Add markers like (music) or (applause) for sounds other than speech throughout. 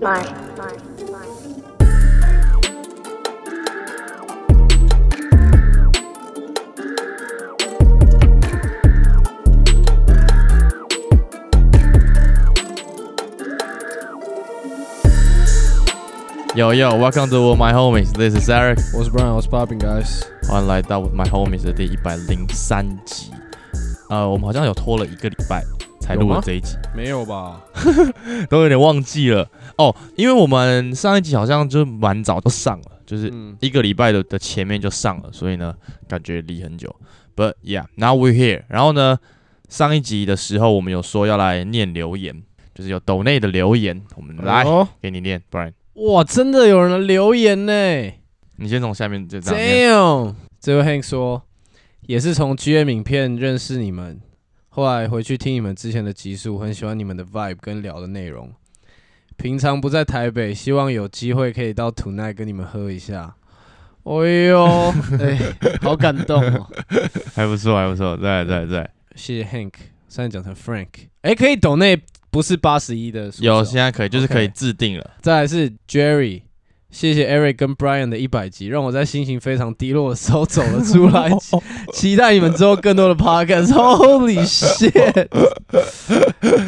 nine. Yo yo, welcome to my homies. This is Eric. What's Brian? What's popping, guys？欢迎来到 With my homies 的第一百零三集。呃，我们好像有拖了一个礼拜才录有了吗这一集，没有吧？都有点忘记了哦。因为我们上一集好像就蛮早就上了，就是嗯一个礼拜的的前面就上了，所以呢，感觉离很久。But yeah, now we're here。然后呢，上一集的时候我们有说要来念留言，就是有抖内的留言，我们来、哦，给你念，Brian。哇，真的有人来留言呢你先从下面这张念。 ！Damn！这位 Hank 说，也是从 GM 影片认识你们，后来回去听你们之前的集数，很喜欢你们的 vibe 跟聊的内容。平常不在台北，希望有机会可以到 Tonight 跟你们喝一下。哎呦， (laughs) 哎，好感动哦！还不错，还不错，在在在， (laughs) 谢谢 Hank，现在讲成 Frank。哎，可以懂那不是八十一的数字哦，有现在可以，就是可以 OK 制定了。再来是 Jerry，谢谢 Eric 跟 Brian 的一百集，让我在心情非常低落的时候走了出来，期期待你们之后更多的 podcast。Holy shit！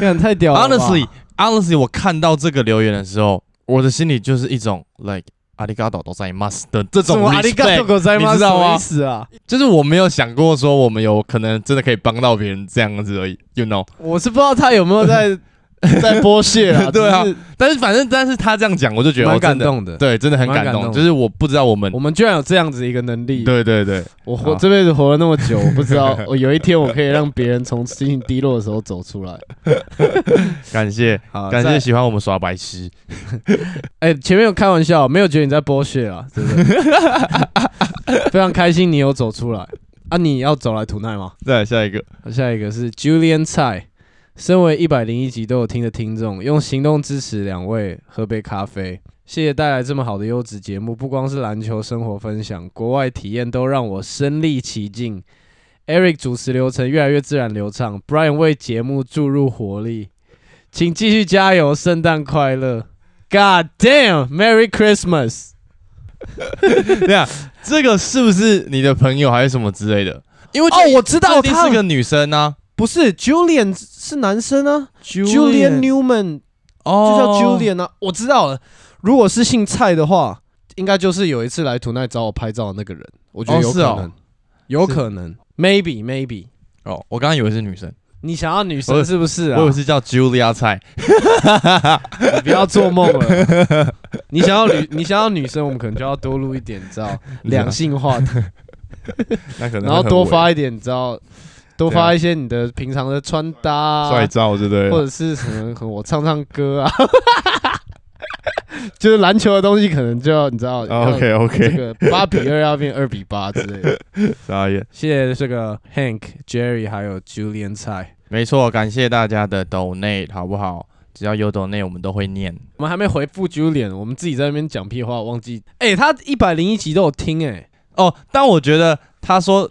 干太屌了吧 Honestly, honestly，我看到这个留言的时候，我的心里就是一种 like 阿里嘎多都在 must 的这什种么阿里嘎多 respect，狗在吗？你知道吗什么意思啊？就是我没有想过说我们有可能真的可以帮到别人这样子而已，you know。我是不知道他有没有在 (laughs) 在剥削 (laughs) 啊？对啊只是但是反正，但是他这样讲，我就觉得哦蛮我真感的动的。对，真的很感蛮感动。动就是我不知道我们我，们居然有这样子一个能力，对对对，我活啊这辈子活了那么久，我不知 (laughs) 道我有一天我可以让别人从心情低落的时候走出来。感谢好，感再谢喜欢我们耍白痴。哎、前面有开玩笑，没有觉得你在剥削啊，真的。 (laughs) 非常开心你有走出来啊！你要走来吐奈吗？再来下一个，下一个是 Julian 蔡，身为一百零一集都有听的听众，用行动支持两位喝杯咖啡。谢谢带来这么好的优质节目，不光是篮球生活分享，国外体验都让我身历其境。Eric 主持流程越来越自然流畅，Brian 为节目注入活力，请继续加油，圣诞快乐！God damn，Merry Christmas！对啊，这个是不是你的朋友还是什么之类的？因为哦，我知道这一定他是个女生啊不是 Julian 是男生啊，Julian Newman 哦就叫 Julian 啊。我知道了，如果是姓蔡的话，应该就是有一次来图奈找我拍照的那个人，我觉得哦有可是哦能，有可能，maybe maybe。哦，我刚刚以为是女生，你想要女我生是不是啊我以？为是叫 Julia 菜。你不要做梦了。 (laughs) 你想要女，你想要女生，我们可能就要多录一点，你 (laughs) 知道，两性话题，那可能然后会很多猥发一点，你知道，多发一些你的平常的穿搭啊，帅照，对不对？或者是什么，可能我唱唱歌啊， (laughs) 就是篮球的东西，可能就要你知道、要哦 OK 这 OK， (laughs) 个八比二要变二比八之类的。傻眼。谢谢这个 Hank、Jerry 还有 Julian 蔡，没错，感谢大家的 donate，好不好？只要有 donate，我们都会念。我们还没回复 Julian，我们自己在那边讲屁话，忘记。哎、他一百零一集都有听哎、哦，但我觉得他说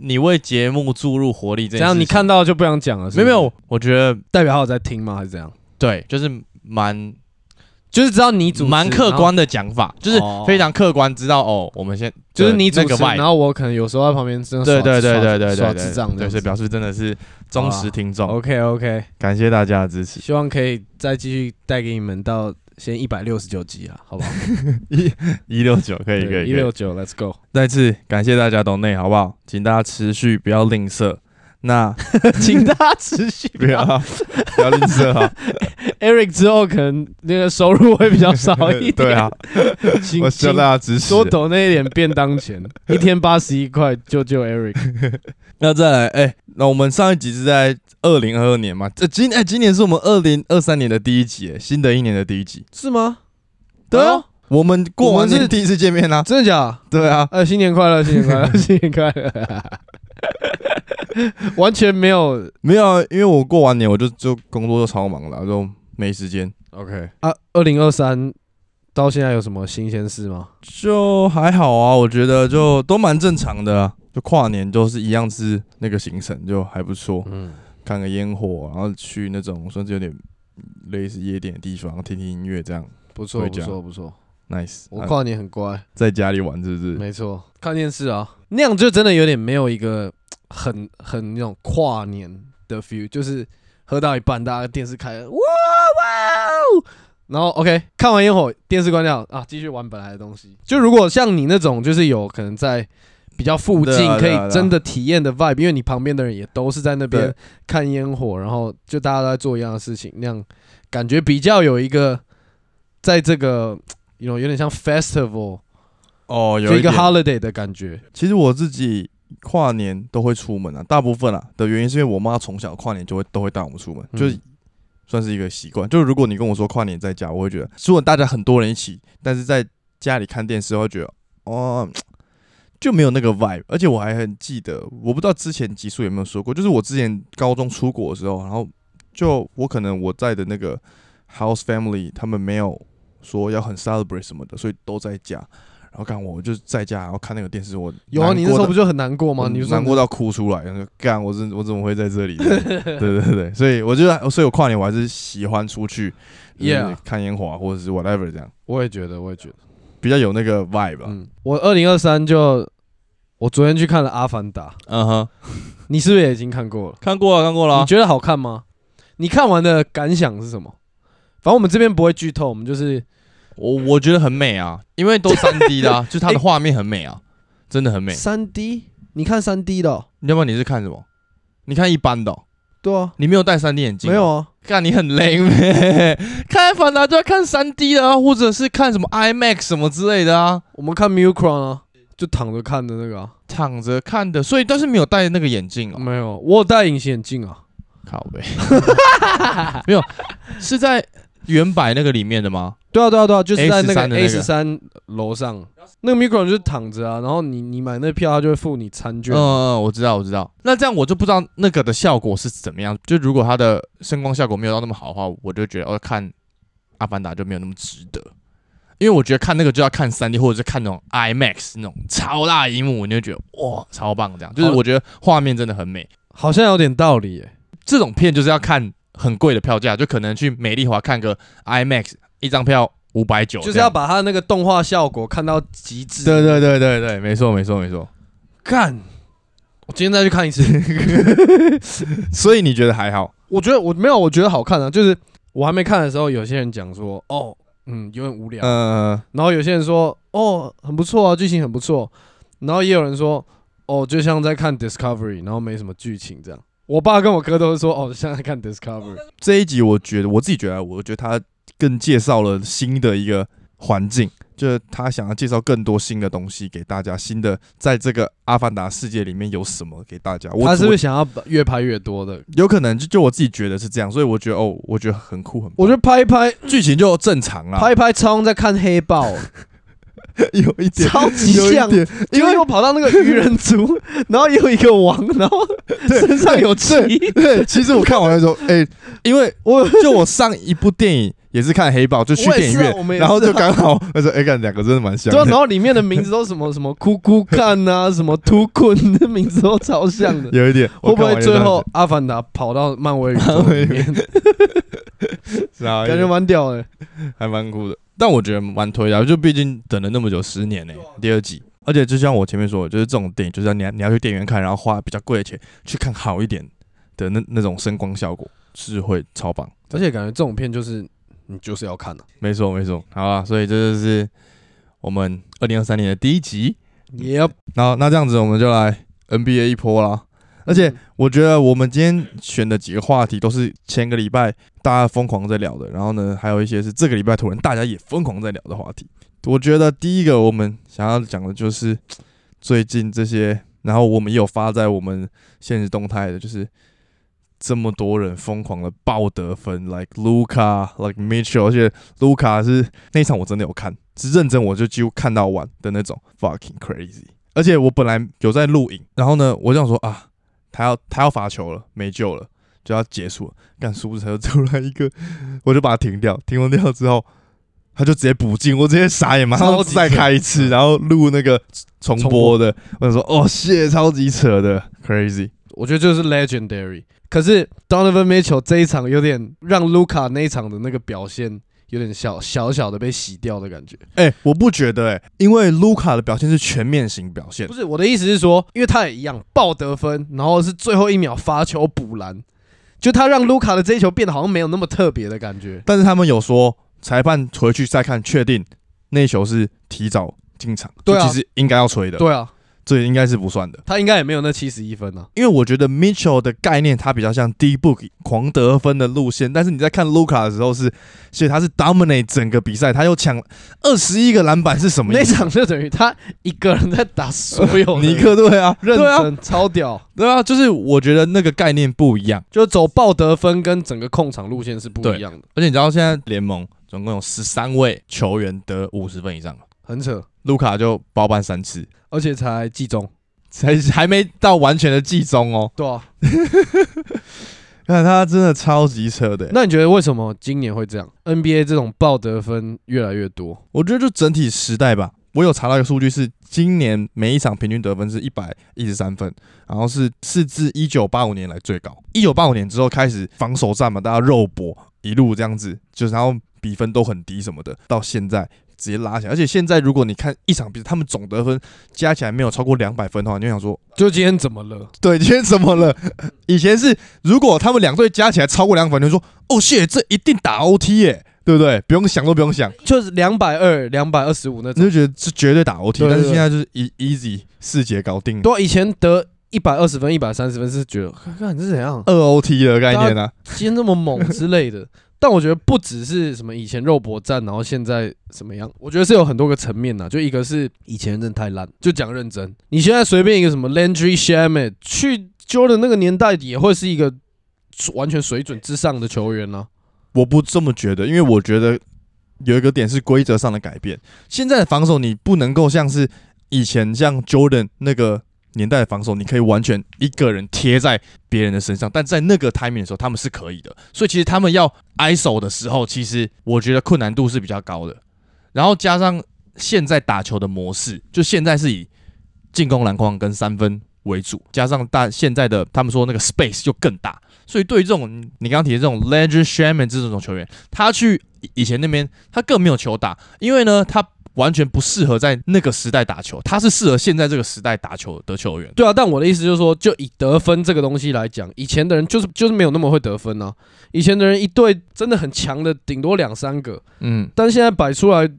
你为节目注入活力这怎件事样？情，你看到就不想讲了是没不有是？没有？我觉得代表他有在听吗？还是怎样？对，就是蛮就是知道你主持蛮客，然后观的讲法，就是哦非常客观，知道哦，我们先就是你主那个持， vibe 然后我可能有时候在旁边真的对耍对对耍对对对耍对智障这对，样所以子。表示真的是忠好实啊听众， OK OK，感谢大家的支 (laughs) 持。希望可以再继续带给你们到先一百六十九集啊，好不好？ (laughs) 一六九可以可以可以一六九，Let's (laughs) go。再次感谢大家懂内，好不好？请大家持续不要吝啬。 (laughs) 那请大家持续不要 (laughs) 不要吝啬 (laughs) 啊！ Eric 之后可能那个收入会比较少一 (laughs) (laughs) 点。对啊，请，我需请要大家支持多。抖那一点便当 (laughs) 钱，一天八十一块，救救 Eric。那再来，哎、那我们上一集是在二零二二年嘛？这今哎、今年是我们二零二三年的第一集，哎新的一年的第一集。是吗？对对啊啊，我们过我完们是是第一次见面啦、真的假？对啊，呃，新年快乐，新年 (laughs) 快乐，新年快乐。完全没有没有啊，因为我过完年我就就工作就超忙了，就没时间。 OK 啊，二零二三到现在有什么新鲜事吗？就还好啊，我觉得就都蛮正常的、嗯啊，就跨年都是一样是那个行程，就还不错，嗯，看个烟火，然后去那种算是有点类似夜店的地方，听听音乐这样不错回不家错不错， ，nice。我啊跨年很乖，在家里玩是不是？没错，看电视啊，那样就真的有点没有一个很很那种跨年的 feel，就是喝到一半，大家电视开了，哇哇哦，然后 OK 看完烟火，电视关掉啊，继续玩本来的东西。就如果像你那种，就是有可能在比较附对近啊可对啊对啊以真的体验的 vibe，因为你旁边的人也都是在那边对看烟火，然后就大家都在做一样的事情，那样感觉比较有一个在这个。有有点像 festival，哦，有就一个点 holiday 的感觉，其实我自己跨年都会出门啊，大部分啊的原因是因为我妈从小跨年就会都会带我们出门，嗯就是算是一个习惯。就是如果你跟我说跨年在家，我会觉得虽然大家很多人一起，但是在家里看电视，我会觉得哦。就没有那个 vibe，而且我还很记得，我不知道之前集数有没有说过，就是我之前高中出国的时候，然后就我可能我在的那个 house family 他们没有说要很 celebrate 什么的，所以都在家，然后干我就在家，然后看那个电视，我有啊，难你那时过候的不就很难过吗？我你难过到到哭出来，然后就干我怎我怎么会在这里？对对对 (laughs) 对，所以我觉得，所以我跨年我还是喜欢出去，就是 Yeah 看烟火啊或者是 whatever 这样，我也觉得，我也觉得，比较有那个 vibe 啊吧。嗯，我二零二三就，我昨天去看了《阿凡达》，嗯哼，你是不是也已经看过了？看过了，啊看过了你觉得好看吗？你看完的感想是什么？反正我们这边不会剧透，我们就是我我觉得很美啊，因为都三 D 的、啊， (laughs) 就是哎它的画面很美啊，真的很美。三 D，你看三 D 的哦、要不然你是看什么？你看一般的哦、对啊，你没有戴三 D 眼镜、没有，啊，干你很欸雷 (laughs) 咩？看反达就要看三 D 的、啊，或者是看什么 IMAX 什么之类的啊。我们看 Micron 啊，就躺着看的那个、啊，躺着看的，所以但是没有戴那个眼镜哦。没有，啊我有戴隐形眼镜啊，靠呗， (laughs) 没有，是在原版那个里面的吗？对啊，对啊，对啊，就是在那 A13 的个那 A 个十三楼上，那个 Micron 就是躺着啊，然后你你买那票，他就会付你餐券嗯，嗯，我知道，我知道。那这样我就不知道那个的效果是怎么样。就如果它的声光效果没有到那么好的话，我就觉得哦，看《阿凡达》就没有那么值得。因为我觉得看那个就要看三 D，或者是看那种 (laughs) IMAX 那种超大荧幕，你就觉得哇超棒，这样就是好我觉得画面真的很美。好像有点道理耶、这种片就是要看很贵的票价，就可能去美丽华看个 IMAX 一张票五百九，就是要把它那个动画效果看到极致。对对对对对，没错没错没错。干，我今天再去看一次。 (laughs) 所以你觉得还好？我觉得我没有，我觉得好看啊。就是我还没看的时候，有些人讲说，哦，嗯，有点无聊。嗯，然后有些人说，哦，很不错啊，剧情很不错。然后也有人说，哦，就像在看 Discovery，然后没什么剧情这样。我爸跟我哥都是说，哦，像在看 Discovery。这一集我觉得我自己觉得，我觉得他更介绍了新的一个环境，就是他想要介绍更多新的东西给大家，新的在这个阿凡达世界里面有什么给大家。我他是不是我想要把越拍越多的？有可能就就我自己觉得是这样，所以我觉得哦，我觉得很酷很棒。我觉得拍一拍，剧情就正常啦，拍一拍，超像在看黑豹，有一点超级有一像。点因为我跑到那个渔人 (laughs) 族，然后有一个王，然后身上有啊鳍。对，其实我看完的时候，哎、因为我就我上一部电影也是看黑豹，就去我也电影是啊院，我们也然后是就啊刚好我说，哎、看两个真的蛮像对啊，然的，后里面的名字都什么什么哭哭看啊，什么秃棍的名字都超像 (laughs) 的。有一点。我会不看完会就最这样后子阿凡达跑到 (laughs) 漫威宇宙哎里面？是啊，感觉蛮屌的。还蛮酷的？但我觉得蛮推的啊，就毕竟等了那么久，十年呢、第二季。而且就像我前面说的，就是这种电影，就是要你要你要去电影院看，然后花比较贵的钱去看好一点的那那种声光效果，是会超棒。而且感觉这种片就是你就是要看的。啊没错没错，好啊，所以这就是我们二零二三年的第一集。也要那那这样子，我们就来 NBA 一波啦。而且我觉得我们今天选的几个话题都是前个礼拜大家疯狂在聊的，然后呢，还有一些是这个礼拜突然大家也疯狂在聊的话题。我觉得第一个我们想要讲的就是最近这些，然后我们也有发在我们现实动态的，就是这么多人疯狂的爆得分，like Luca，like Mitchell，而且 Luca 是那一场我真的有看，是认真我就几乎看到完的那种，fucking crazy。而且我本来有在录影，然后呢，我想说啊，他要他要罚球了，没救了，就要结束了。干，殊不知他又出来一个， (laughs) 我就把它停掉，停完掉之后，他就直接补进，我直接傻眼，马上超级再扯开一次，然后录那个重重播的，我想说哦，谢，超级扯的，crazy。我觉得就是 legendary。可是 Donovan Mitchell 这一场有点让 Luca 那一场的那个表现有点小小小的被洗掉的感觉。哎、我不觉得哎、因为卢卡的表现是全面型表现不，是我的意思是说，因为他也一样爆得分，然后是最后一秒罚球补篮，就他让 Luca 的这一球变得好像没有那么特别的感觉。但是他们有说裁判回去再看，确定那一球是提早进场，对啊就其实应该要吹的，对啊，这应该是不算的。他应该也没有那七十一分啊。因为我觉得 Mitchell 的概念，他比较像 D Book 狂得分的路线，但是你在看 Luca 的时候是，所以他是 dominate 整个比赛，他又抢二十一个篮板是什么那意思？场就等于他一个人在打所有 (laughs) 的人尼克队啊，认对啊，真超屌，对啊，就是我觉得那个概念不一样。就走爆得分跟整个控场路线是不一样的，而且你知道现在联盟总共有十三位球员得五十分以上了，很扯，卢卡就包办三次，啊而且才季中，才还没到完全的季中哦。对啊。看他真的超级扯的欸，那你觉得为什么今年会这样？NBA 这种爆得分越来越多，我觉得就整体时代吧。我有查到一个数据是，今年每一场平均得分是一百一十三分，然后是是自一九八五年来最高。一九八五年之后开始防守战嘛，大家肉搏，一路这样子，就是然后比分都很低什么的，到现在直接拉起来。而且现在如果你看一场比赛，他们总得分加起来没有超过两百分的话，你就想说，就今天怎么了？对，今天怎么了？ (laughs) 以前是如果他们两队加起来超过两百分，你就说，哦，谢，这一定打 OT 耶、对不对？不用想都不用想。就是两百二、两百二十五那你种。就觉得这绝对打 OT，对对但是现在就是 e easy 四节搞定，对啊，以前得一百二十分、一百三十分是觉得，看看你是怎样，二 OT 的概念啊，今天这么猛之类的。 (laughs) 但我觉得不只是什么以前肉搏战，然后现在怎么样？我觉得是有很多个层面呐、啊就一个是以前真的太烂，就讲认真。你现在随便一个什么 Landry Shamet 去 Jordan 那个年代也会是一个完全水准之上的球员啊呢、我不这么觉得，因为我觉得有一个点是规则上的改变，现在的防守你不能够像是以前像 Jordan 那个。年代的防守，你可以完全一个人贴在别人的身上，但在那个 timing 的时候，他们是可以的。所以其实他们要 ISO 的时候，其实我觉得困难度是比较高的。然后加上现在打球的模式，就现在是以进攻篮筐跟三分为主，加上大现在的他们说那个 space 就更大，所以对于这种你刚刚提的这种 Ledger Sherman 这种球员，他去以以前那边他更没有球打，因为呢他完全不适合在那个时代打球，他是适合现在这个时代打球的球员。对啊，但我的意思就是说，就以得分这个东西来讲，以前的人就是就是没有那么会得分啊。以前的人一队真的很强的，顶多两三个，嗯，但是现在摆出来，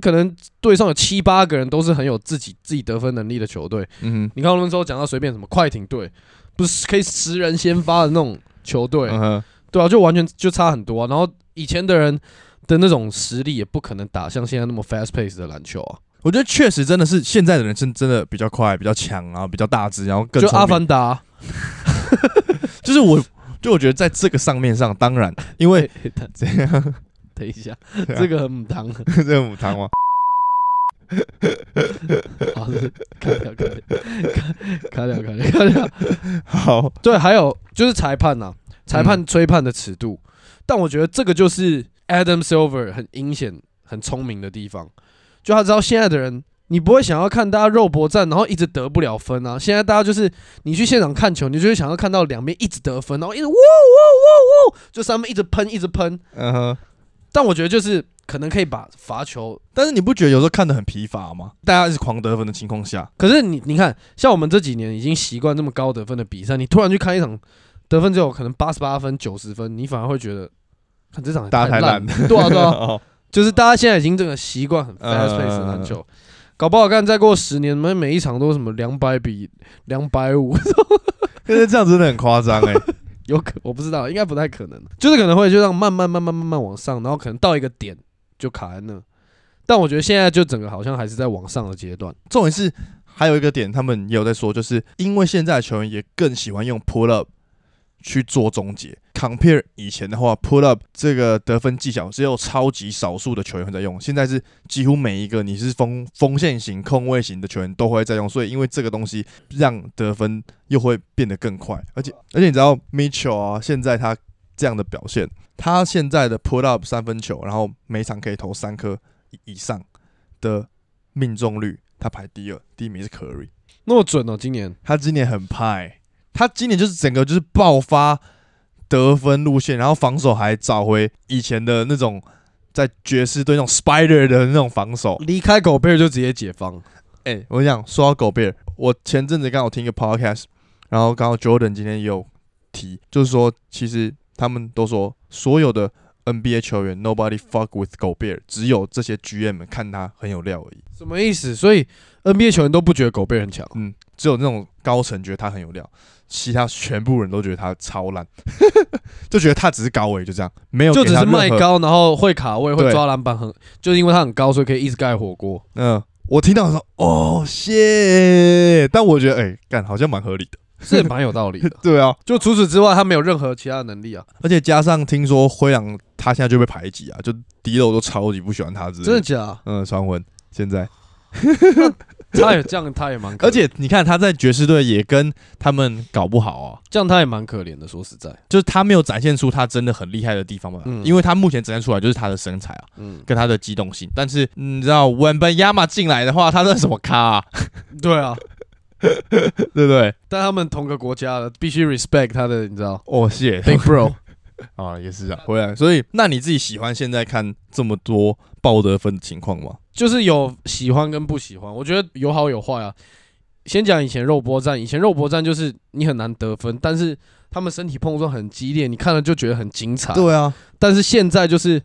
可能队上有七八个人都是很有自己自己得分能力的球队。嗯你看我们之后讲到随便什么快艇队，不是可以十人先发的那种球队，嗯哼，对啊，就完全就差很多啊。然后以前的人的那种实力也不可能打像现在那么 fast pace 的篮球啊。我觉得确实真的是现在的人真真的比较快、比较强，然后比较大只，然后更就聪阿明凡达，就是我，就我觉得在这个上面上， (laughs) 当然因为这样。等一下， (laughs) 对啊这个很母汤。这母汤 (laughs) 吗？好的，卡掉卡掉卡掉卡掉卡掉。好，对，还有就是裁判呐、裁判嗯吹判的尺度，但我觉得这个就是 Adam Silver 很阴险、很聪明的地方，就他知道现在的人。你不会想要看大家肉搏战，然后一直得不了分啊！现在大家就是你去现场看球，你就会想要看到两边一直得分，然后一直哇哇哇哇，就三分一直喷一直喷。嗯哼。但我觉得就是可能可以把罚球但是你不觉得有时候看得很疲乏吗？大家一直狂得分的情况下，可是你你看，像我们这几年已经习惯这么高得分的比赛，你突然去看一场得分只有可能八十八分、九十分，你反而会觉得，看这场也大家太太烂烂，了。 (laughs) 对啊对啊，哦就是大家现在已经这个习惯很 fast pace 的篮球，搞不好看再过十年，每每一场都什么两百比两百五， (laughs) 可是这样真的很夸张哎。有可我不知道，应该不太可能，就是可能会就让慢慢慢慢慢慢往上，然后可能到一个点就卡在那。但我觉得现在就整个好像还是在往上的阶段，重点是还有一个点，他们也有在说，就是因为现在的球员也更喜欢用 pull up 去做终结。compare 以前的话，pull up 这个得分技巧只有超级少数的球员会在用，现在是几乎每一个你是锋锋线型、控卫型的球员都会在用，所以因为这个东西让得分又会变得更快，而且而且你知道 Mitchell 啊，现在他这样的表现，他现在的 pull up 三分球，然后每场可以投三颗以以上的命中率，他排第二，第一名是 Curry。那么准哦，今年。他今年很派，欸他今年就是整个就是爆发得分路线，然后防守还找回以前的那种在爵士队那种 spider 的那种防守。离开狗贝尔就直接解放，哎、我跟你讲，说到狗贝尔，我前阵子刚好听一个 podcast，然后刚好 Jordan 今天也有提，就是说其实他们都说所有的 NBA 球员 nobody fuck with 狗贝尔，只有这些 GM 们看他很有料而已。什么意思？所以 NBA 球员都不觉得狗贝尔很强，嗯，只有那种高层觉得他很有料，其他全部人都觉得他超烂， (laughs) 就觉得他只是高位，就这样，没有就给只他是卖任何。高，然后会卡位，会对抓篮板，很就是因为他很高，所以可以一直盖火锅。 (laughs) 嗯、我听到的时候，哦，谢，但我觉得，哎、干好像蛮合理的。。是蛮有道理的 (laughs) 对啊，就除此之外，他没有任何其他的能力啊！而且加上听说灰狼他现在就被排挤啊，就敌友都超级不喜欢他之类真的的。假的？嗯，传闻现在，他也这样，他也蛮可，而且你看他在爵士队也跟他们搞不好啊，这样他也蛮可怜的。说实在，就是他没有展现出他真的很厉害的地方嘛，嗯因为他目前展现出来就是他的身材啊。嗯，跟他的机动性。但是嗯你知道，文本亚马进来的话，他算什么咖、 (laughs) 啊？对啊，对不对？但他们同个国家的，必须 respect 他的，你 (laughs) 知道哦，谢，Big Bro。啊，也是啊，回来。所以，那你自己喜欢现在看这么多爆得分的情况吗？就是有喜欢跟不喜欢，我觉得有好有坏啊。先讲以前肉搏战，以前肉搏战就是你很难得分，但是他们身体碰撞很激烈，你看了就觉得很精彩。啊，但是现在就是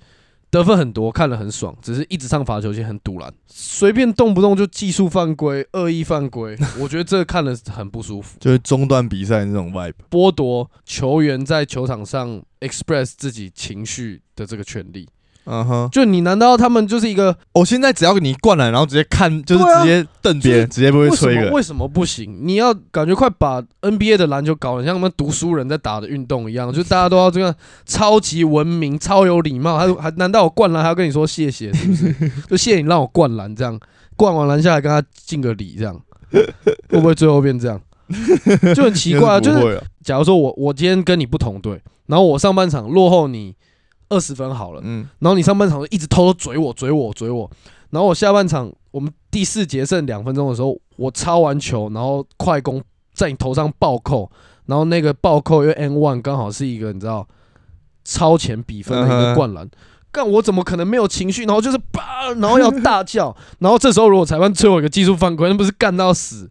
得分很多，看了很爽，只是一直上罚球线很堵拦，随便动不动就技术犯规、恶意犯规， (laughs) 我觉得这看了很不舒服，就是中断比赛那种 vibe。剥夺球员在球场上 express 自己情绪的这个权利。嗯哼，就你难道他们就是一个我、哦现在只要你灌篮，然后直接看，就是对啊直接瞪别人，直接不会为什吹一么个。为什么不行？你要感觉快把 NBA 的篮球搞得像他们读书人在打的运动一样，就大家都要这样超级文明、超有礼貌。还还难道我灌篮还要跟你说谢谢？是 (laughs) 不是？就谢谢你让我灌篮，这样灌完篮下来跟他敬个礼，这样会不会最后变 (laughs) 这样？就很奇怪啊！就是应该不会啊假如说我我今天跟你不同队，然后我上半场落后你二十分好了，嗯，然后你上半场一直偷偷追我、追我、追我，然后我下半场我们第四节剩两分钟的时候，我抄完球，然后快攻在你头上暴扣，然后那个暴扣因为 N one 刚好是一个你知道超前比分的一嗯个哼灌篮。干我怎么可能没有情绪？然后就是叭，然后要大叫，然后这时候如果裁判吹我一个技术犯规，那不是干到死，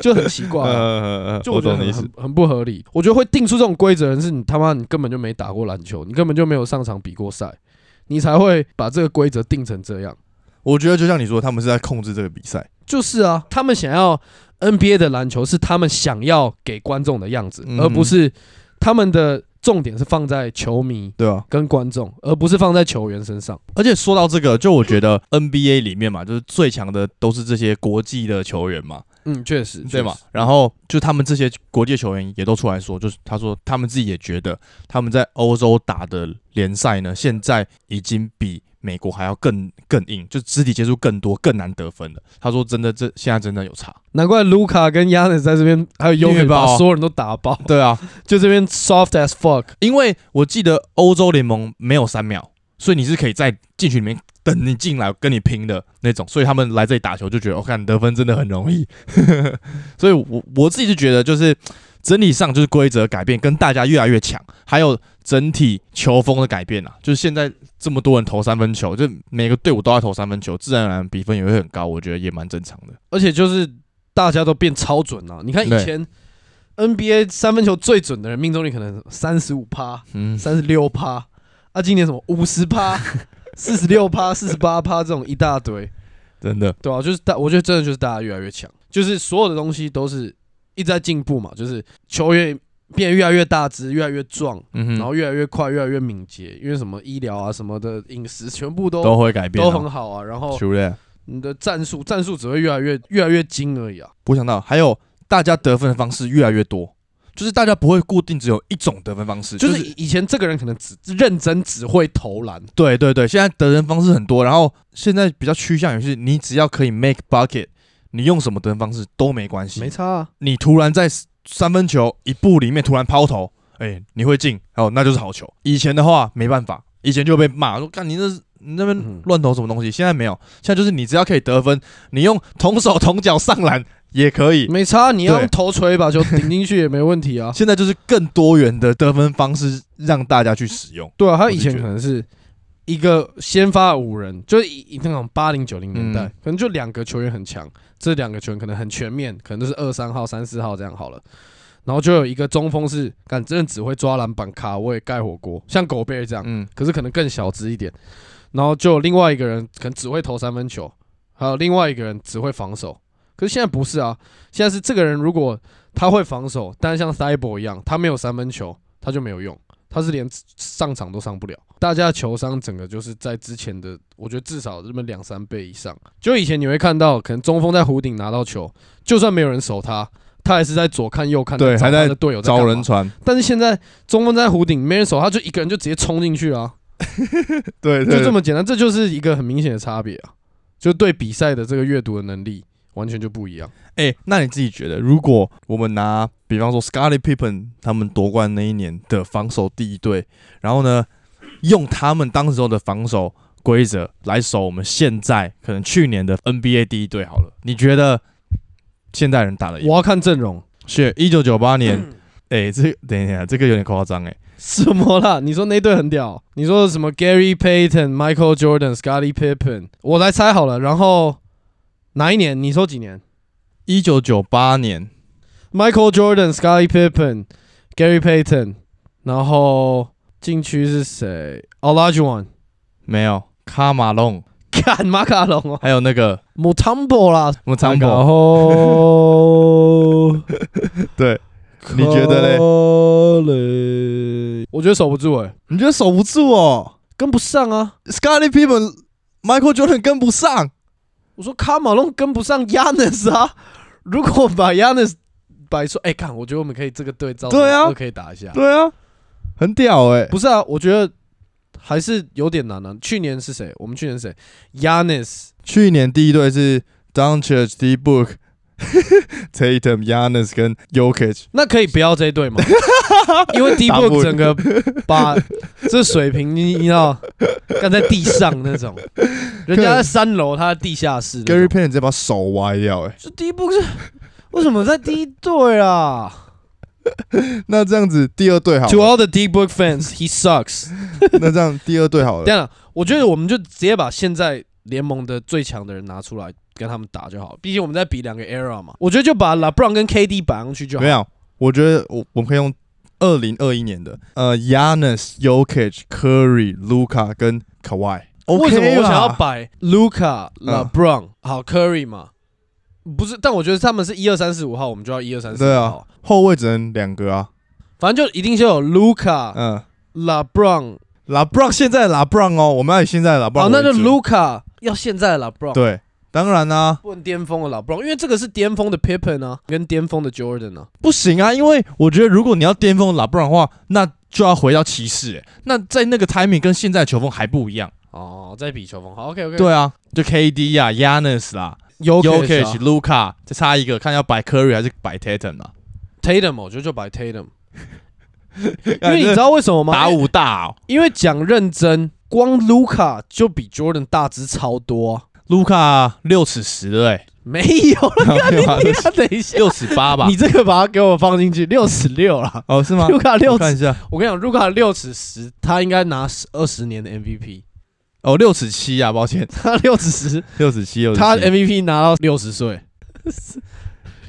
就很奇怪啊、呃，就我我觉得懂你很意思很。很不合理。我觉得会定出这种规则的人是你他妈你根本就没打过篮球，你根本就没有上场比过赛，你才会把这个规则定成这样。我觉得就像你说，他们是在控制这个比赛。就是啊，他们想要 NBA 的篮球是他们想要给观众的样子，嗯哼而不是他们的重点是放在球迷对啊，跟观众，而不是放在球员身上。而且说到这个，就我觉得 NBA 里面嘛，就是最强的都是这些国际的球员嘛。嗯，确实，对确嘛实？？然后就他们这些国际球员也都出来说，就是他说他们自己也觉得他们在欧洲打的联赛呢，现在已经比美国还要更更硬，就肢体接触更多，更难得分了。他说真的，这现在真的有差。难怪卢卡跟亚内在这边，还有优虐美爆把啊所有人都打爆，对啊，就这边 soft as fuck。因为我记得欧洲联盟没有三秒，所以你是可以在禁区里面等你进来跟你拼的那种，所以他们来这里打球就觉得，我、看得分真的很容易。 (laughs) 所以我我自己就觉得，就是整体上就是规则改变，跟大家越来越强，还有整体球风的改变啊，就是现在这么多人投三分球，就每个队伍都要投三分球，自然而然比分也会很高，我觉得也蛮正常的。而且就是大家都变超准了、你看以对前 NBA 三分球最准的人命中率可能三十五趴、嗯，三十六趴，啊，今年什么五十趴、四十六趴、四十八趴这种一大堆，真的，对啊，就是大，我觉得真的就是大家越来越强，就是所有的东西都是一直在进步嘛，就是球员变得越来越大只，越来越壮，嗯哼，然后越来越快，越来越敏捷，因为什么医疗啊什么的饮食全部都都会改变、都很啊，好啊，然后球类。你的战术战术只会越来越越来越精而已啊。我想到还有大家得分的方式越来越多，就是大家不会固定只有一种得分方式，就、就是是以以前这个人可能只认真只会投篮，对对对，现在得分方式很多，然后现在比较趋向于是你只要可以 make bucket，你用什么得分方式都没关系，差啊。你突然在三分球一步里面突然抛投，哎、你会进哦，那就是好球。以前的话没办法，以前就被骂说干你那是你那边嗯乱投什么东西，现在没有，现在就是你只要可以得分，你用同手同脚上篮也可以。没差，啊你要用对。头锤把球顶进去也没问题啊现在就是更多元的得分方式让大家去使用。对啊，他我以是前觉可能是一个先发五人，就是以那种八零九零年代，嗯可能就两个球员很强，这两个球员可能很全面，可能都是二三号、三四号这样好了。然后就有一个中锋是，敢真的只会抓篮板、卡位、盖火锅，像狗贝尔这样，嗯，可是可能更小只一点。然后就有另外一个人可能只会投三分球，还有另外一个人只会防守。可是现在不是啊，现在是这个人如果他会防守，但是像 c y b o 一样，他没有三分球，他就没有用，他是连上场都上不了。大家的球商整个就是在之前的，我觉得至少这么两三倍以上。就以前你会看到，可能中锋在弧顶拿到球，就算没有人守他，他还是在左看右看，对找还他在的队友在找干嘛人传，但是现在中锋在弧顶没人守，他就一个人就直接冲进去啊，对对 (laughs) 就这对，么简单，这就是一个很明显的差别啊，就对比赛的这个阅读的能力完全就不一样。哎、那你自己觉得，如果我们拿比方说 Scottie Pippen 他们夺冠那一年的防守第一队，然后呢，用他们当时候的防守规则来守我们现在可能去年的 NBA 第一队好了，你觉得现代人打得赢？我要看阵容，是一九九八年，哎、这等一下，这个有点夸张哎， (laughs) 什么啦？你说那队很屌？你说什么 Gary Payton、Michael Jordan、Scottie Pippen？我来猜好了，然后哪一年？你说几年一九九八年， ？Michael Jordan、Scottie Pippen、Gary Payton，然后禁区是谁 o l a j u o n 没有卡马龙，干马卡龙哦还有那个，Mutombo 啦，穆昌博， (laughs) 然后对，你觉得嘞嘞？我觉得守不住哎、你觉得守不住哦跟不上啊！ ，Scottie Pippen、Michael Jordan 跟不上。我说卡马龙跟不上 Yanis 啊！如果把 Yanis 摆出，哎、看，我觉得我们可以这个对照，对啊都可以打一下。对啊，很屌哎、不是啊，我觉得还是有点难啊。去年是谁？我们去年是谁？Yanis 去年第一队是 d o n c h u c h D Book、Tatum、Yanis 跟 Yokich，那可以不要这一队 (laughs) 吗？因为 D 打不 Book 整个把这水平，你你知道，干在地上那种，人家在三楼，他在地下室那种。 Gary Payton 直接把手歪掉哎、这第一步是为什么在第一队啊那这样子第二队好？To 了， all the D Book fans, he sucks 。 (laughs) 那这样第二队好这了。样，我觉得我们就直接把现在联盟的最强的人拿出来跟他们打就好了。毕竟我们在比两个 era 嘛，我觉得就把 LeBron 跟 KD 摆上去就好没。有，我觉得我我们可以用二零二一年的呃 Yanis、Yokich、Curry、Luca 跟 Kawhi。为什么 OK 我啦想要摆 Luca、嗯 LeBron 好 Curry 嘛？不是，但我觉得他们是一二三四五号，我们就要一二三四对五啊号。后卫只能两个啊？反正就一定先有 Luca、嗯 LeBron， ，LeBron 现在的 LeBron 哦，我们要以现在的 LeBron 好，那就为主 Luca 要现在的 LeBron。对，当然啊啦、问巅峰的老 Brown，因为这个是巅峰的 Pippen 啊，跟巅峰的 Jordan 啊，不行啊，因为我觉得如果你要巅峰拉布朗的话，那就要回到骑士、欸。那在那个 timing 跟现在的球风还不一样。哦，在比球风，好，OK OK，，对啊，就 KD 啊，Yanis 啦 o y o k k i c Luca，再差一个，看要摆 Curry 还是摆 Tatum 啊？ Tatum，我觉得就摆 Tatum，因因为你知道为什么吗？打因为五大、哦，因为讲认真，光 Luca 就比 Jordan 大只超多啊， Luca 六尺十的 (laughs) 哎、没 (laughs) 有了，欸，你等一下，六尺八吧你。这个把它给我放进去，六十六了。哦是吗？ Luca 我六看尺，一下，我跟你讲，Luca 六尺十，他应该拿十二十年的 MVP，哦六尺七啊，抱歉，他六尺十，六尺七，六他尺七， MVP 拿到六十岁，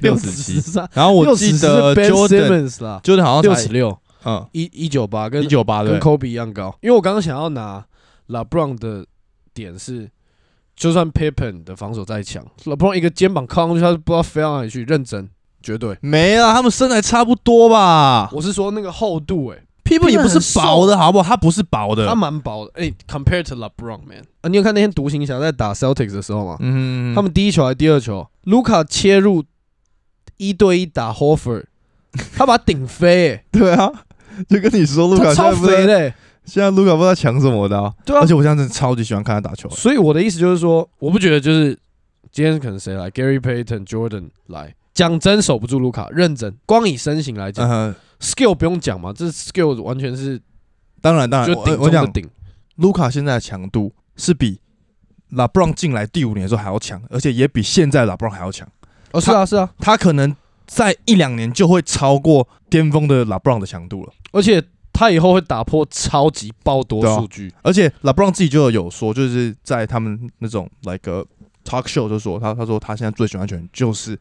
六尺尺七。十三，然后我记得 Ben Jordan Simmons 啦， Jordan 好六像十才六嗯一一九八跟一九八对，跟 Kobe 一样高，因为我刚刚想要拿 LeBron 的点是，就算 Pippen 的防守再强，LeBron 一个肩膀靠上去，他就不知道飞到哪里去，认真绝对。没啊了，他们身材差不多吧我是说那个厚度、欸， ？People 也不很是瘦薄的好不好？他不是薄的，他蛮薄的，哎、c o m p a r e to LeBron man，啊，你有看那天独行侠在打 Celtics 的时候吗？嗯他们第一球还是第二球，Luca 切入一对一打 h o f e (laughs) r 他把他顶飞、欸，对啊，就跟你说，卢卡现他超在不知道肥的、欸，现在卢卡不知道抢什么的、啊，对啊而且我现在真的超级喜欢看他打球、所以我的意思就是说，我不觉得就是今天可能谁来，Gary Payton、Jordan 来，讲真守不住卢卡，认真，光以身形来讲、嗯、 s k i l l 不用讲嘛，这 skill 完全是当然当然，就顶啊我我中的讲顶。卢卡现在的强度是比拉布朗进来第五年的时候还要强，而且也比现在拉布朗还要强。哦，是啊，是啊，他可能在一两年就会超过巅峰的 LeBron 的强度了。而且他以后会打破超级爆多对啊数据，而且 LeBron 自己就有说，就是在他们那种 like a talk show 就说他他说他现在最喜欢球员就是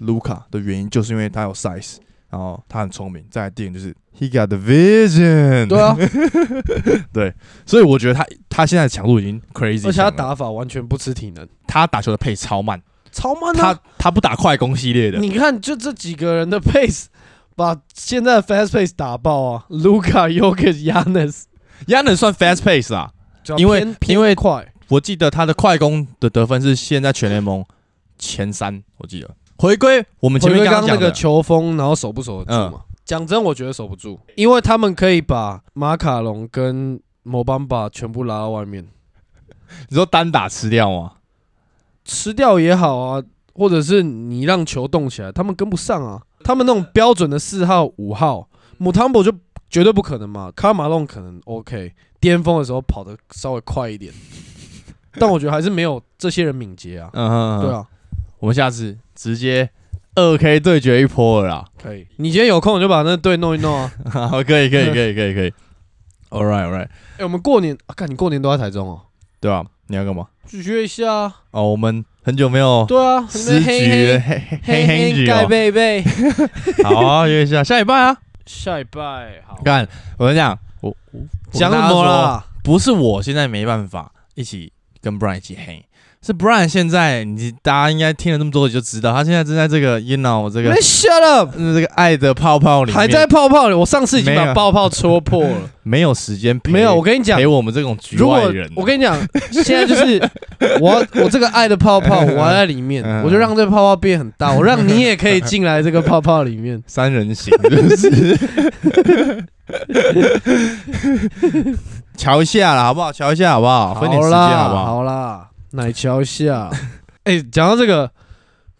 卢卡的原因，就是因为他有 size，然后他很聪明，再来第二点就是 he got the vision。(laughs) 对啊，所以我觉得他他现在的强度已经 crazy，而且他强了打法完全不吃体能，他打球的配超慢，超慢啊他！他不打快攻系列的，你看，就这几个人的 pace，把现在的 fast pace 打爆啊！Luka、Yokic、Yanis，亚能算 fast pace 啊。因为因为快，我记得他的快攻的得分是现在全联盟前三，我记得。回归我们前面刚刚嗯刚那讲个的，球风，然后守不守得住嘛？讲真，我觉得守不住，因为他们可以把马卡龙跟 Mobamba 全部拉到外面，你说单打吃掉吗？吃掉也好啊，或者是你让球动起来，他们跟不上啊。他们那种标准的四号、五号，姆汤博就绝对不可能嘛。卡马龙可能 OK，巅峰的时候跑得稍微快一 (laughs) 点，但我觉得还是没有这些人敏捷啊。嗯哼，对，啊，我们下次直接二 K 对决一波了可以。你今天有空你就把那队弄一弄 (laughs) 啊。啦。 (laughs) 好，可以，可以， (laughs) 可以，可以，可以。All right, all right，哎、我们过年啊，看你过年都在台中哦，对吧？你要干嘛？咀嚼一下啊。哦，我们很久没有对啊，十局黑黑黑黑黑黑局盖哦。贝贝。好啊，约一下下礼拜啊。下礼拜好干，我跟你讲，我我讲什么？我跟大家啊说啦？不是我现在没办法一起跟 Brian 一起 hang，是 Brian 现在你大家应该听了那么多集就知道，他现在正在这个 you know 这个没哎 shut up。嗯这个爱的泡泡里面，还在泡泡里。我上次已经没把有泡泡戳破了， (laughs) 没有时间陪没有。我跟你讲陪，我们这种局如外果人啊。我跟你讲，现在就是 (laughs) 我我这个爱的泡泡，我还在里面，嗯。我就让这泡泡变很大，我让你也可以进来这个泡泡里面三人行， (laughs) 就是 (laughs) 瞧一下啦，好不好？瞧一下好不好？分点时间好不啦，好？好啦，奶 (laughs) 桥下。哎，讲到这个，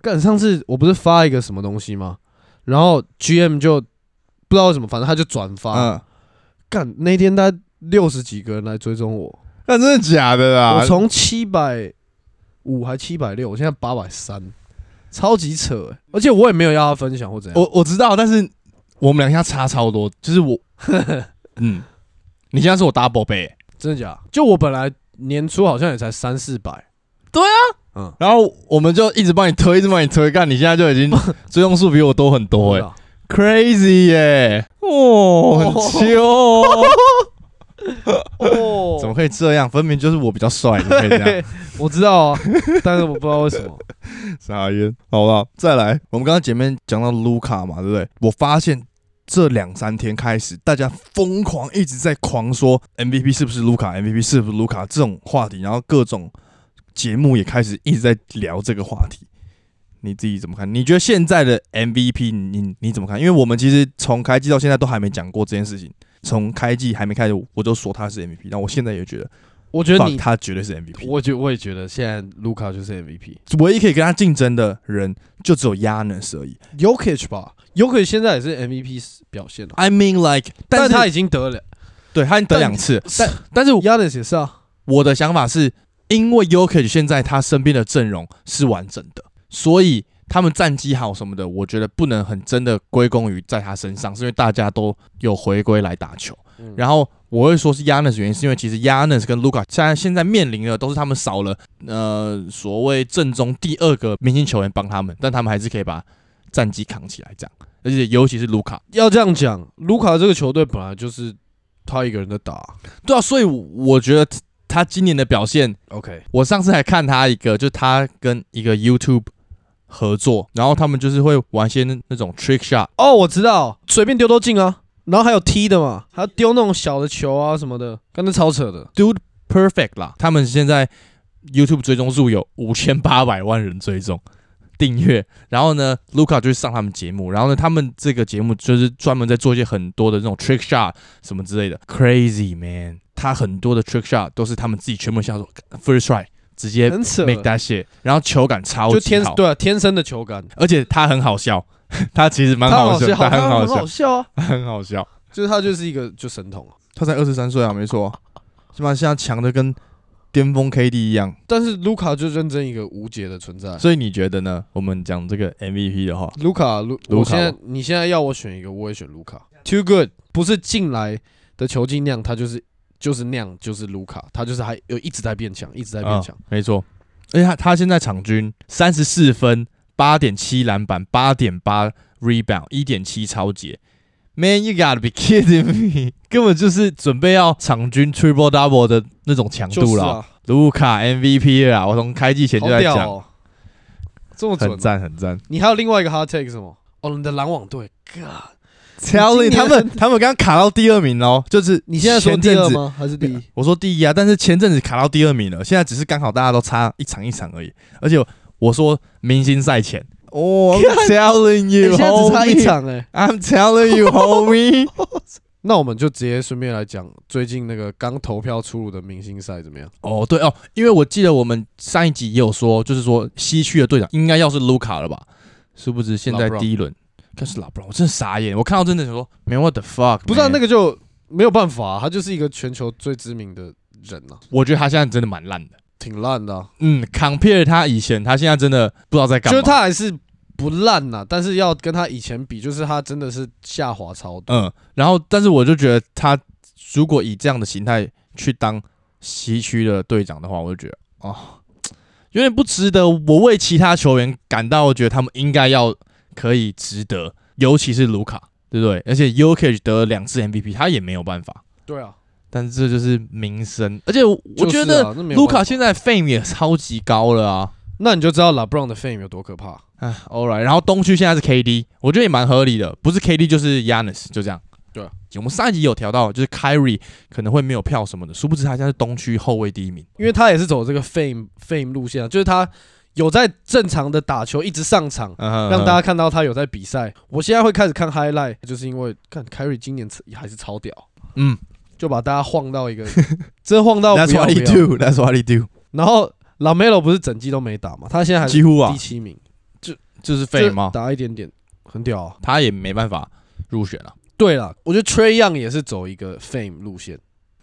干上次我不是发一个什么东西吗？然后 GM 就不知道为什么，反正他就转发。嗯，干那天他六十几个人来追踪我，那真的假的啦？我从七百五还七百六，我现在八百三，超级扯、欸！而且我也没有要他分享或怎样。我我知道，但是我们两下差超多，就是 (laughs) 我，嗯，你现在是我 double 倍、真的假的？就我本来年初好像也才三四百，然后我们就一直帮你推，一直帮你推，干，你现在就已 (laughs) 经追踪数比我多很多哎、对吧 crazy 耶、哦，很秋、哦，哦， (laughs) 怎么可以这样？分明就是我比较帅，你可以这样。嘿我知道 (laughs) 啊，但是我不知道为什么。傻眼，好吧，再来，我们刚刚前面讲到卢卡嘛，对不对？我发现这两三天开始，大家疯狂一直在狂说 MVP 是不是卢卡，MVP 是不是卢卡这种话题，然后各种节目也开始一直在聊这个话题。你自己怎么看？你觉得现在的 MVP 你你你怎么看？因为我们其实从开季到现在都还没讲过这件事情，从开季还没开始我就说他是 MVP，但我现在也觉得，我觉得放你，他绝对是 MVP。我觉我也觉得现在卢卡就是 MVP 唯一可以跟他竞争的人就只有 Yanis 而已。 y o k i c 吧 y o k i c 现在也是 MVP 表现了、 I mean like，但啊是但他已经得了对他已经得两次， (sighs) 但但是 Yanis 也是啊，我的想法是，因为 Yokic 现在他身边的阵容是完整的，所以他们战绩好什么的，我觉得不能很真的归功于在他身上，是因为大家都有回归来打球。嗯然后我会说是 Yanis 原因，是因为其实 Yanis 跟 Luka 现在现在面临的都是他们少了呃所谓正宗第二个明星球员帮他们，但他们还是可以把战绩扛起来这样，而且尤其是 Luka，要这样讲，卢卡这个球队本来就是他一个人的打对啊，所以我觉得他今年的表现， ，OK，我上次还看他一个，就他跟一个 YouTube 合作，然后他们就是会玩一些那那种 trick shot，哦，我知道，随便丢都进啊。然后还有踢的嘛，还要丢那种小的球啊什么的，刚才超扯的。 dude perfect 啦。他们现在 YouTube 追踪数有五千八百万人追踪订阅，然后呢，Luca 就去上他们节目，然后呢，他们这个节目就是专门在做一些很多的那种 trick shot 什么之类的，crazy man，他很多的 trick shot 都是他们自己全部下手 first try 直接很扯， make that shit，然后球感超级就天好，对啊，天生的球感，而且他很好笑， (laughs) 他其实蛮他好笑，笑，他很他好很笑好，笑啊，他很好笑。就是他就是一个就神童啊，他才二十三岁啊，没错，起码现在强的跟巅峰 KD 一样。但是卢卡就认真一个无解的存啊在。所以你觉得呢？我们讲这个 MVP 的话，卢卡，卢，卢我卡现在吗你现在要我选一个，我也选卢卡。Too good，不是进来的球技那样，他就是就是那样，就是卢卡，他就是还有一直在变强，一直在变强啊。没错。而且他他现在场均三十四分、八点七篮板、八点八 rebound、一点七超截。Man, you gotta be kidding me！根 (laughs) 本就是准备要场均 triple double 的那种强就度是了。啊，卢、卡 MVP 了啦，我从开季前就好在屌讲，哦，这么很准。啊赞很赞。你还有另外一个 hard take 是什么？哦，你的篮网队，God， Telly 今年他们他们刚卡到第二名喽，就是你现在说前第阵二子吗？还是第一？我说第一啊，但是前阵子卡到第二名了，现在只是刚好大家都差一场一场而已。而且我说明星赛前，哦、i m telling 你哎 you，哎现在只差一 homie 场哎， ，I'm telling you (laughs) homie，那我们就直接顺便来讲最近那个刚投票出炉的明星赛怎么样？哦，对哦，因为我记得我们上一集也有说，就是说西区的队长应该要是卢卡了吧？殊不知现在 LeBron 第一轮但是老布朗，我真的傻眼，我看到真的想说，Man what the fuck？不是啊， man 那个就没有办法啊、他就是一个全球最知名的人呐、啊，我觉得他现在真的蛮烂的。挺烂的啊、嗯，compare 他以前，他现在真的不知道在干就嘛。是他还是不烂呐、但是要跟他以前比，就是他真的是下滑超多。嗯，然后但是我就觉得他如果以这样的形态去当西区的队长的话，我就觉得哦，有点不值得。我为其他球员感到觉得他们应该要可以值得，尤其是卢卡，对不对？而且 u k 得了两次 MVP，他也没有办法。对啊，但是这就是名声，而且我我觉就是得啊那没有卢卡办法现在 fame 也超级高了啊。那你就知道 LeBron 的 fame 有多可怕。哎，All right，然后东区现在是 KD，我觉得也蛮合理的，不是 KD 就是 Yanis，就这样。对啊，我们上一集有调到，就是 Kyrie 可能会没有票什么的，殊不知他现在是东区后卫第一名。因为他也是走这个 fame fame 路线、啊，就是他有在正常的打球，一直上场，呃嗯让大家看到他有在比赛。我现在会开始看 highlight，就是因为看 Carry 今年还是超屌，嗯，就把大家晃到一个， (laughs) 真晃到不 That's 要 what 不 he 要。 do. That's what he do. 然后 Lamelo 不是整季都没打嘛，他现在还是几乎啊第，七名，就是就 fame 嘛，打一点点，很屌、啊。他也没办法入选啊了。对了，我觉得 Trey Young 也是走一个 fame 路线，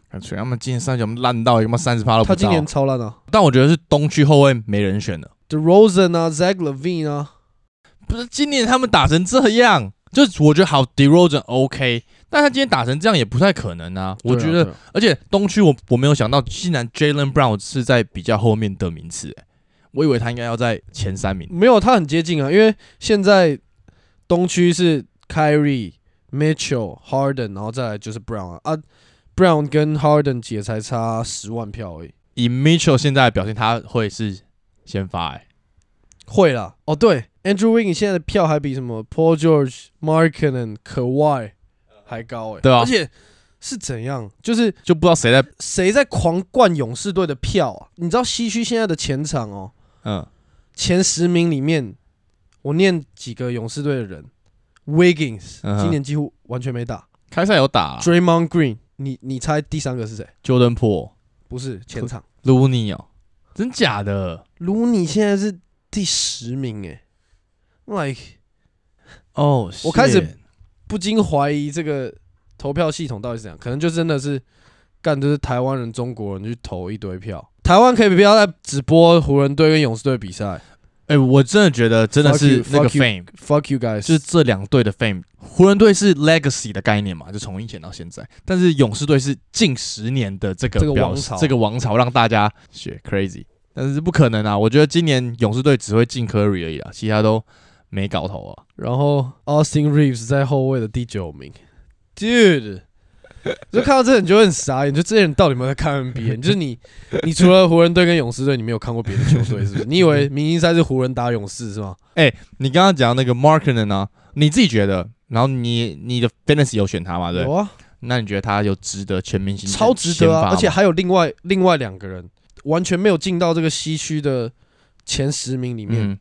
感觉他们今年三角烂到一个妈三十趴都他不今到年，超烂啊但我觉得是东区后卫没人选的。 ，The Rosen 啊，Zach Levine 啊，不是今年他们打成这样，就是我觉得好 d e r o z e n OK，但他今天打成这样也不太可能啊。我对啊觉得对啊而且东区我我没有想到，竟然 Jalen Brown 是在比较后面的名次、欸，我以为他应该要在前三名。没有，他很接近啊，因为现在东区是 Kyrie、Mitchell、Harden，然后再来就是 Brown 啊啊，Brown 跟 Harden 姐才差十万票而已。以 Mitchell 现在的表现，他会是先发、欸，会啦，哦对，Andrew Wiggins 现在的票还比什么 Paul George、Markkanen、Kawhi 还高哎、对啊而且是怎样？就是就不知道谁在谁在狂灌勇士队的票啊？你知道西区现在的前场哦，嗯前十名里面，我念几个勇士队的人，Wiggins、嗯哼今年几乎完全没打开赛有打、啊、 ，Draymond Green，你你猜第三个是谁？ Jordan Po、不是前场 l u n y 哦，真假的卢尼现在是第十名哎、like 哦，我开始不禁怀疑这个投票系统到底是怎样，可能就真的是干就是台湾人、中国人去投一堆票，台湾可以不要再只播湖人队跟勇士队比赛哎、我真的觉得真的 Fuck 是 you, 那个 fuck you fame， ，fuck you guys，就是这两队的 fame。湖人队是 legacy 的概念嘛，就从以前到现在，但是勇士队是近十年的这个这个表王朝这个王朝让大家学 crazy，但是不可能啊！我觉得今年勇士队只会进 Curry 而已啊，其他都没搞头啊。然后 Austin Reeves 在后卫的第九名，Dude，就看到这你就会很傻眼，就这些人到底有没有在看 (laughs) NBA？就是你，你除了湖人队跟勇士队，你没有看过别的球 (laughs) 队是不是？你以为明星赛是湖人打勇士是吗？哎、你刚刚讲那个 Markinen 啊，你自己觉得，然后你你的 fantasy 有选他嘛？对有，啊，那你觉得他有值得全明星先超值得先发啊！吗而且还有另外另外两个人完全没有进到这个西区的前十名里面、嗯，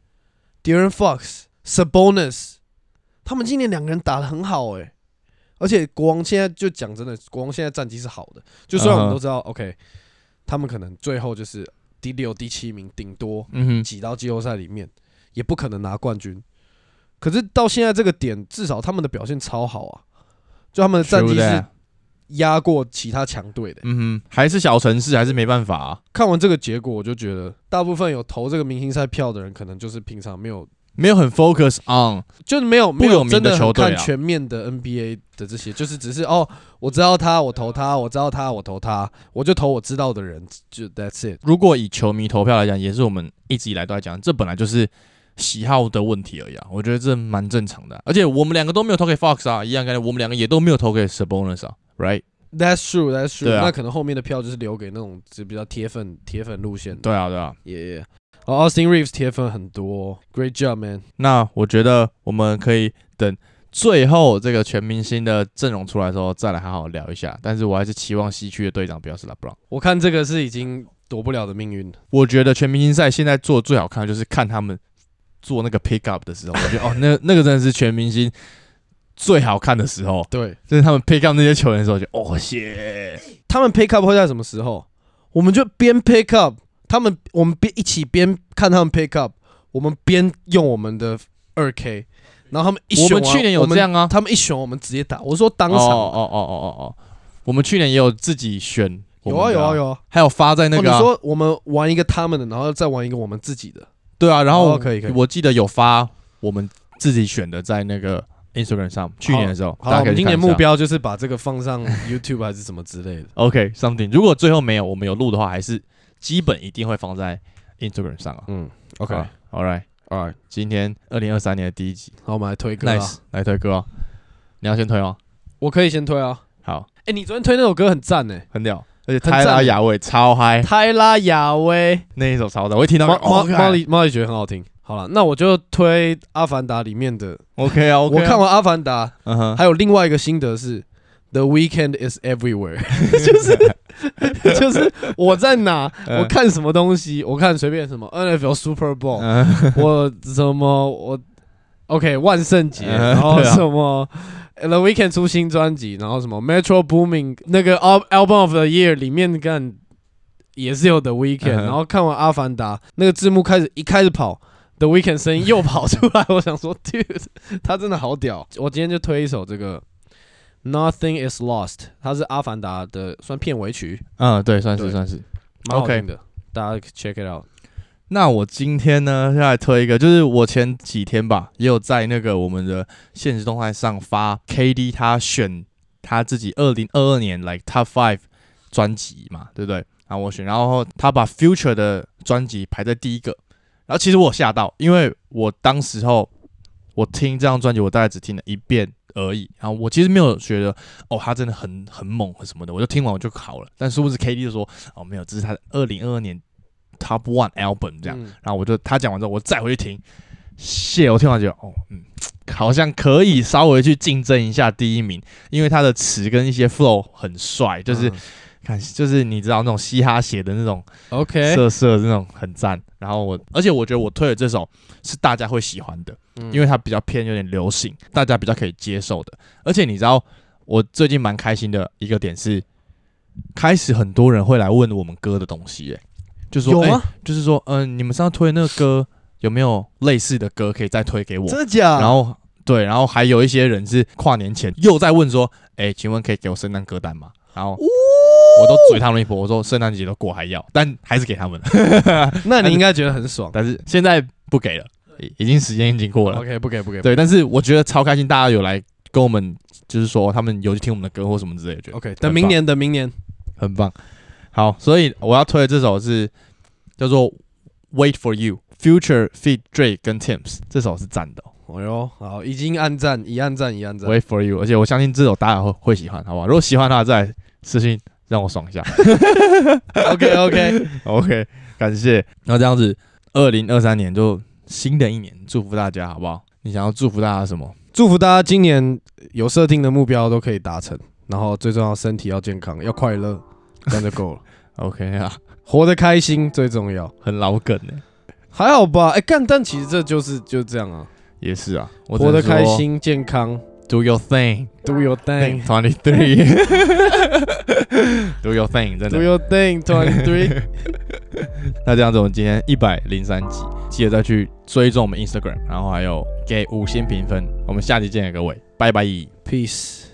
d a r r n Fox、Sabonis，他们今年两个人打得很好哎、而且国王现在就讲真的，国王现在战绩是好的，就虽然嗯我们哼都知道、OK，他们可能最后就是第六、第七名，顶多嗯哼，挤到季后赛里面，也不可能拿冠军。可是到现在这个点，至少他们的表现超好啊，就他们的战绩 True 是 that 压过其他强队的。嗯哼，还是小城市，还是没办法、啊，看完这个结果，我就觉得大部分有投这个明星赛票的人，可能就是平常没有，没有很 focus on。就是没有不没有有名的真很球队啊看全面的 NBA 的这些，就是只是哦，我知道他，我投他，我知道他，我投他，我就投我知道的人，就 That's it。如果以球迷投票来讲，也是我们一直以来都在讲，这本来就是喜好的问题而已啊。我觉得这蛮正常的啊、而且我们两个都没有投给 Fox 啊，一样概念，我们两个也都没有投给 Sabonis 啊，right？ That's true, That's true、对啊那可能后面的票就是留给那种就比较铁粉铁粉路线的。对啊，对啊。耶、哦 Austin Reeves 铁粉很多哦，Great job, man。那我觉得我们可以等最后这个全明星的阵容出来的时候，再来好好聊一下。但是我还是期望西区的队长不要是 LeBron。我看这个是已经躲不了的命运了。我觉得全明星赛现在做的最好看的就是看他们做那个 pick up 的时候，我觉得哦，那那个真的是全明星最好看的时候，对就是他们 pick up 那些球员的时候，我就哦谢，他们 pick up 会在什么时候？我们就边 pick up，他们我们边一起边看他们 pick up，我们边用我们的二 k，然后他们一选我完们去年有这，样啊，我们他们一选我们直接打。我说当场、哦哦哦哦哦哦，我们去年也有自己选我有们的、啊有啊有啊。还有发在那个啊、哦你说我们玩一个他们的，然后再玩一个我们自己的，对啊，然后、哦可以可以我记得有发我们自己选的在那个 Instagram 上，去年的时候，好，大家可我以去们今看一年下目。标就是把这个放上 YouTube 还是什么之类 (laughs) 的。 OK something，如果最后没有，我们有录的话，还是基本一定会放在 Instagram 上啊。嗯 All right， ，All right，今天二零二三年的第一集好，我们来推歌啊。 ，Nice，来推歌哦。你要先推吗？我可以先推啊。好，哎，你昨天推那首歌很赞呢，很屌，而且很泰赞拉雅伟超嗨，泰拉雅威。那一首超屌，我一听到猫哦猫猫里猫里觉得很好听。好了，那我就推《阿凡达》里面的。 OK 啊，OK 我啊看，完《阿凡达》，嗯哼，还有另外一个心得是，The Weekend is everywhere，就是就是我在哪， (laughs) 嗯我看什么东西，我看随便什么 NFL Super Bowl， (laughs) 嗯 (laughs) 我什么我 OK 万圣节，嗯然后对啊什么呃 The Weekend 出新专辑，然后什么 Metro Booming 那个 Al- Album of the Year 里面干也是有 The Weekend，、嗯哼然后看完《阿凡达》那个字幕开始一开始跑。The Weekend 声音又跑出来，我想说，Dude，他真的好屌！我今天就推一首这个 Nothing Is Lost，它是《阿凡达》的算片尾曲，嗯，对，算是对算是。蛮好 OK 听的大家 check it out。那我今天呢，要来推一个，就是我前几天吧，也有在那个我们的现实动态上发 KD 他选他自己二零二二年 like Top Five 专辑嘛，对不对？然后我选，然后他把 Future 的专辑排在第一个，然后其实我有吓到，因为我当时候我听这张专辑，我大概只听了一遍而已，然后我其实没有觉得哦，他真的很很猛很什么的，我就听完我就好了。但殊不知 KD 就说哦，没有，这是他的二零二二年 Top One album 这样。嗯然后我就他讲完之后，我再回去听，谢，我听完觉得哦，嗯，好像可以稍微去竞争一下第一名，因为他的词跟一些 flow 很帅，就是、嗯看就是你知道那种嘻哈写的那种 OK，色色的那种很赞。然后我，而且我觉得我推的这首是大家会喜欢的，嗯因为它比较偏有点流行，大家比较可以接受的。而且你知道，我最近蛮开心的一个点是，开始很多人会来问我们歌的东西、欸，就说有哎、吗？就是说，嗯、你们上次推的那个歌有没有类似的歌可以再推给我？真的假？然后对，然后还有一些人是跨年前又在问说，哎、请问可以给我圣诞歌单吗？然后我都嘴他们一波，我说圣诞节都过还要，但还是给他们了， (laughs) 那你应该觉得很爽。但是现在不给了，已已经时间已经过了。 OK，不给不给。对，但是我觉得超开心，大家有来跟我们，就是说他们有去听我们的歌或什么之类的，觉得，OK，等明年，等明年。很棒。好，所以我要推的这首是叫做《Wait for You》，Future feat Drake 跟 Tim's 这首是赞的哦、哎呦，好，已经暗赞，已暗赞，已暗赞。 Wait for you，而且我相信这首大家会会喜欢，好不好？如果喜欢的话，再来私信让我爽一下。 OK OK， (laughs) OK，感谢。那这样子，二零二三年就新的一年，祝福大家，好不好？你想要祝福大家什么？祝福大家今年有设定的目标都可以达成，然后最重要身体要健康，要快乐，这样就 (laughs) 够了。 OK 啊，活得开心最重要，很老梗呢、还好吧？哎，干，但其实这就是就这样啊，也是啊，我活得只能开说心、健康，Do your thing，Do ，Do your (laughs) thing。 twenty three，Do your thing，真 Do 的。 your thing, twenty three。 (laughs) 那这样子，我们今天一百零三集，记得再去追踪我们 Instagram，然后还有给五星评分。我们下期见，各位，拜拜。 Peace.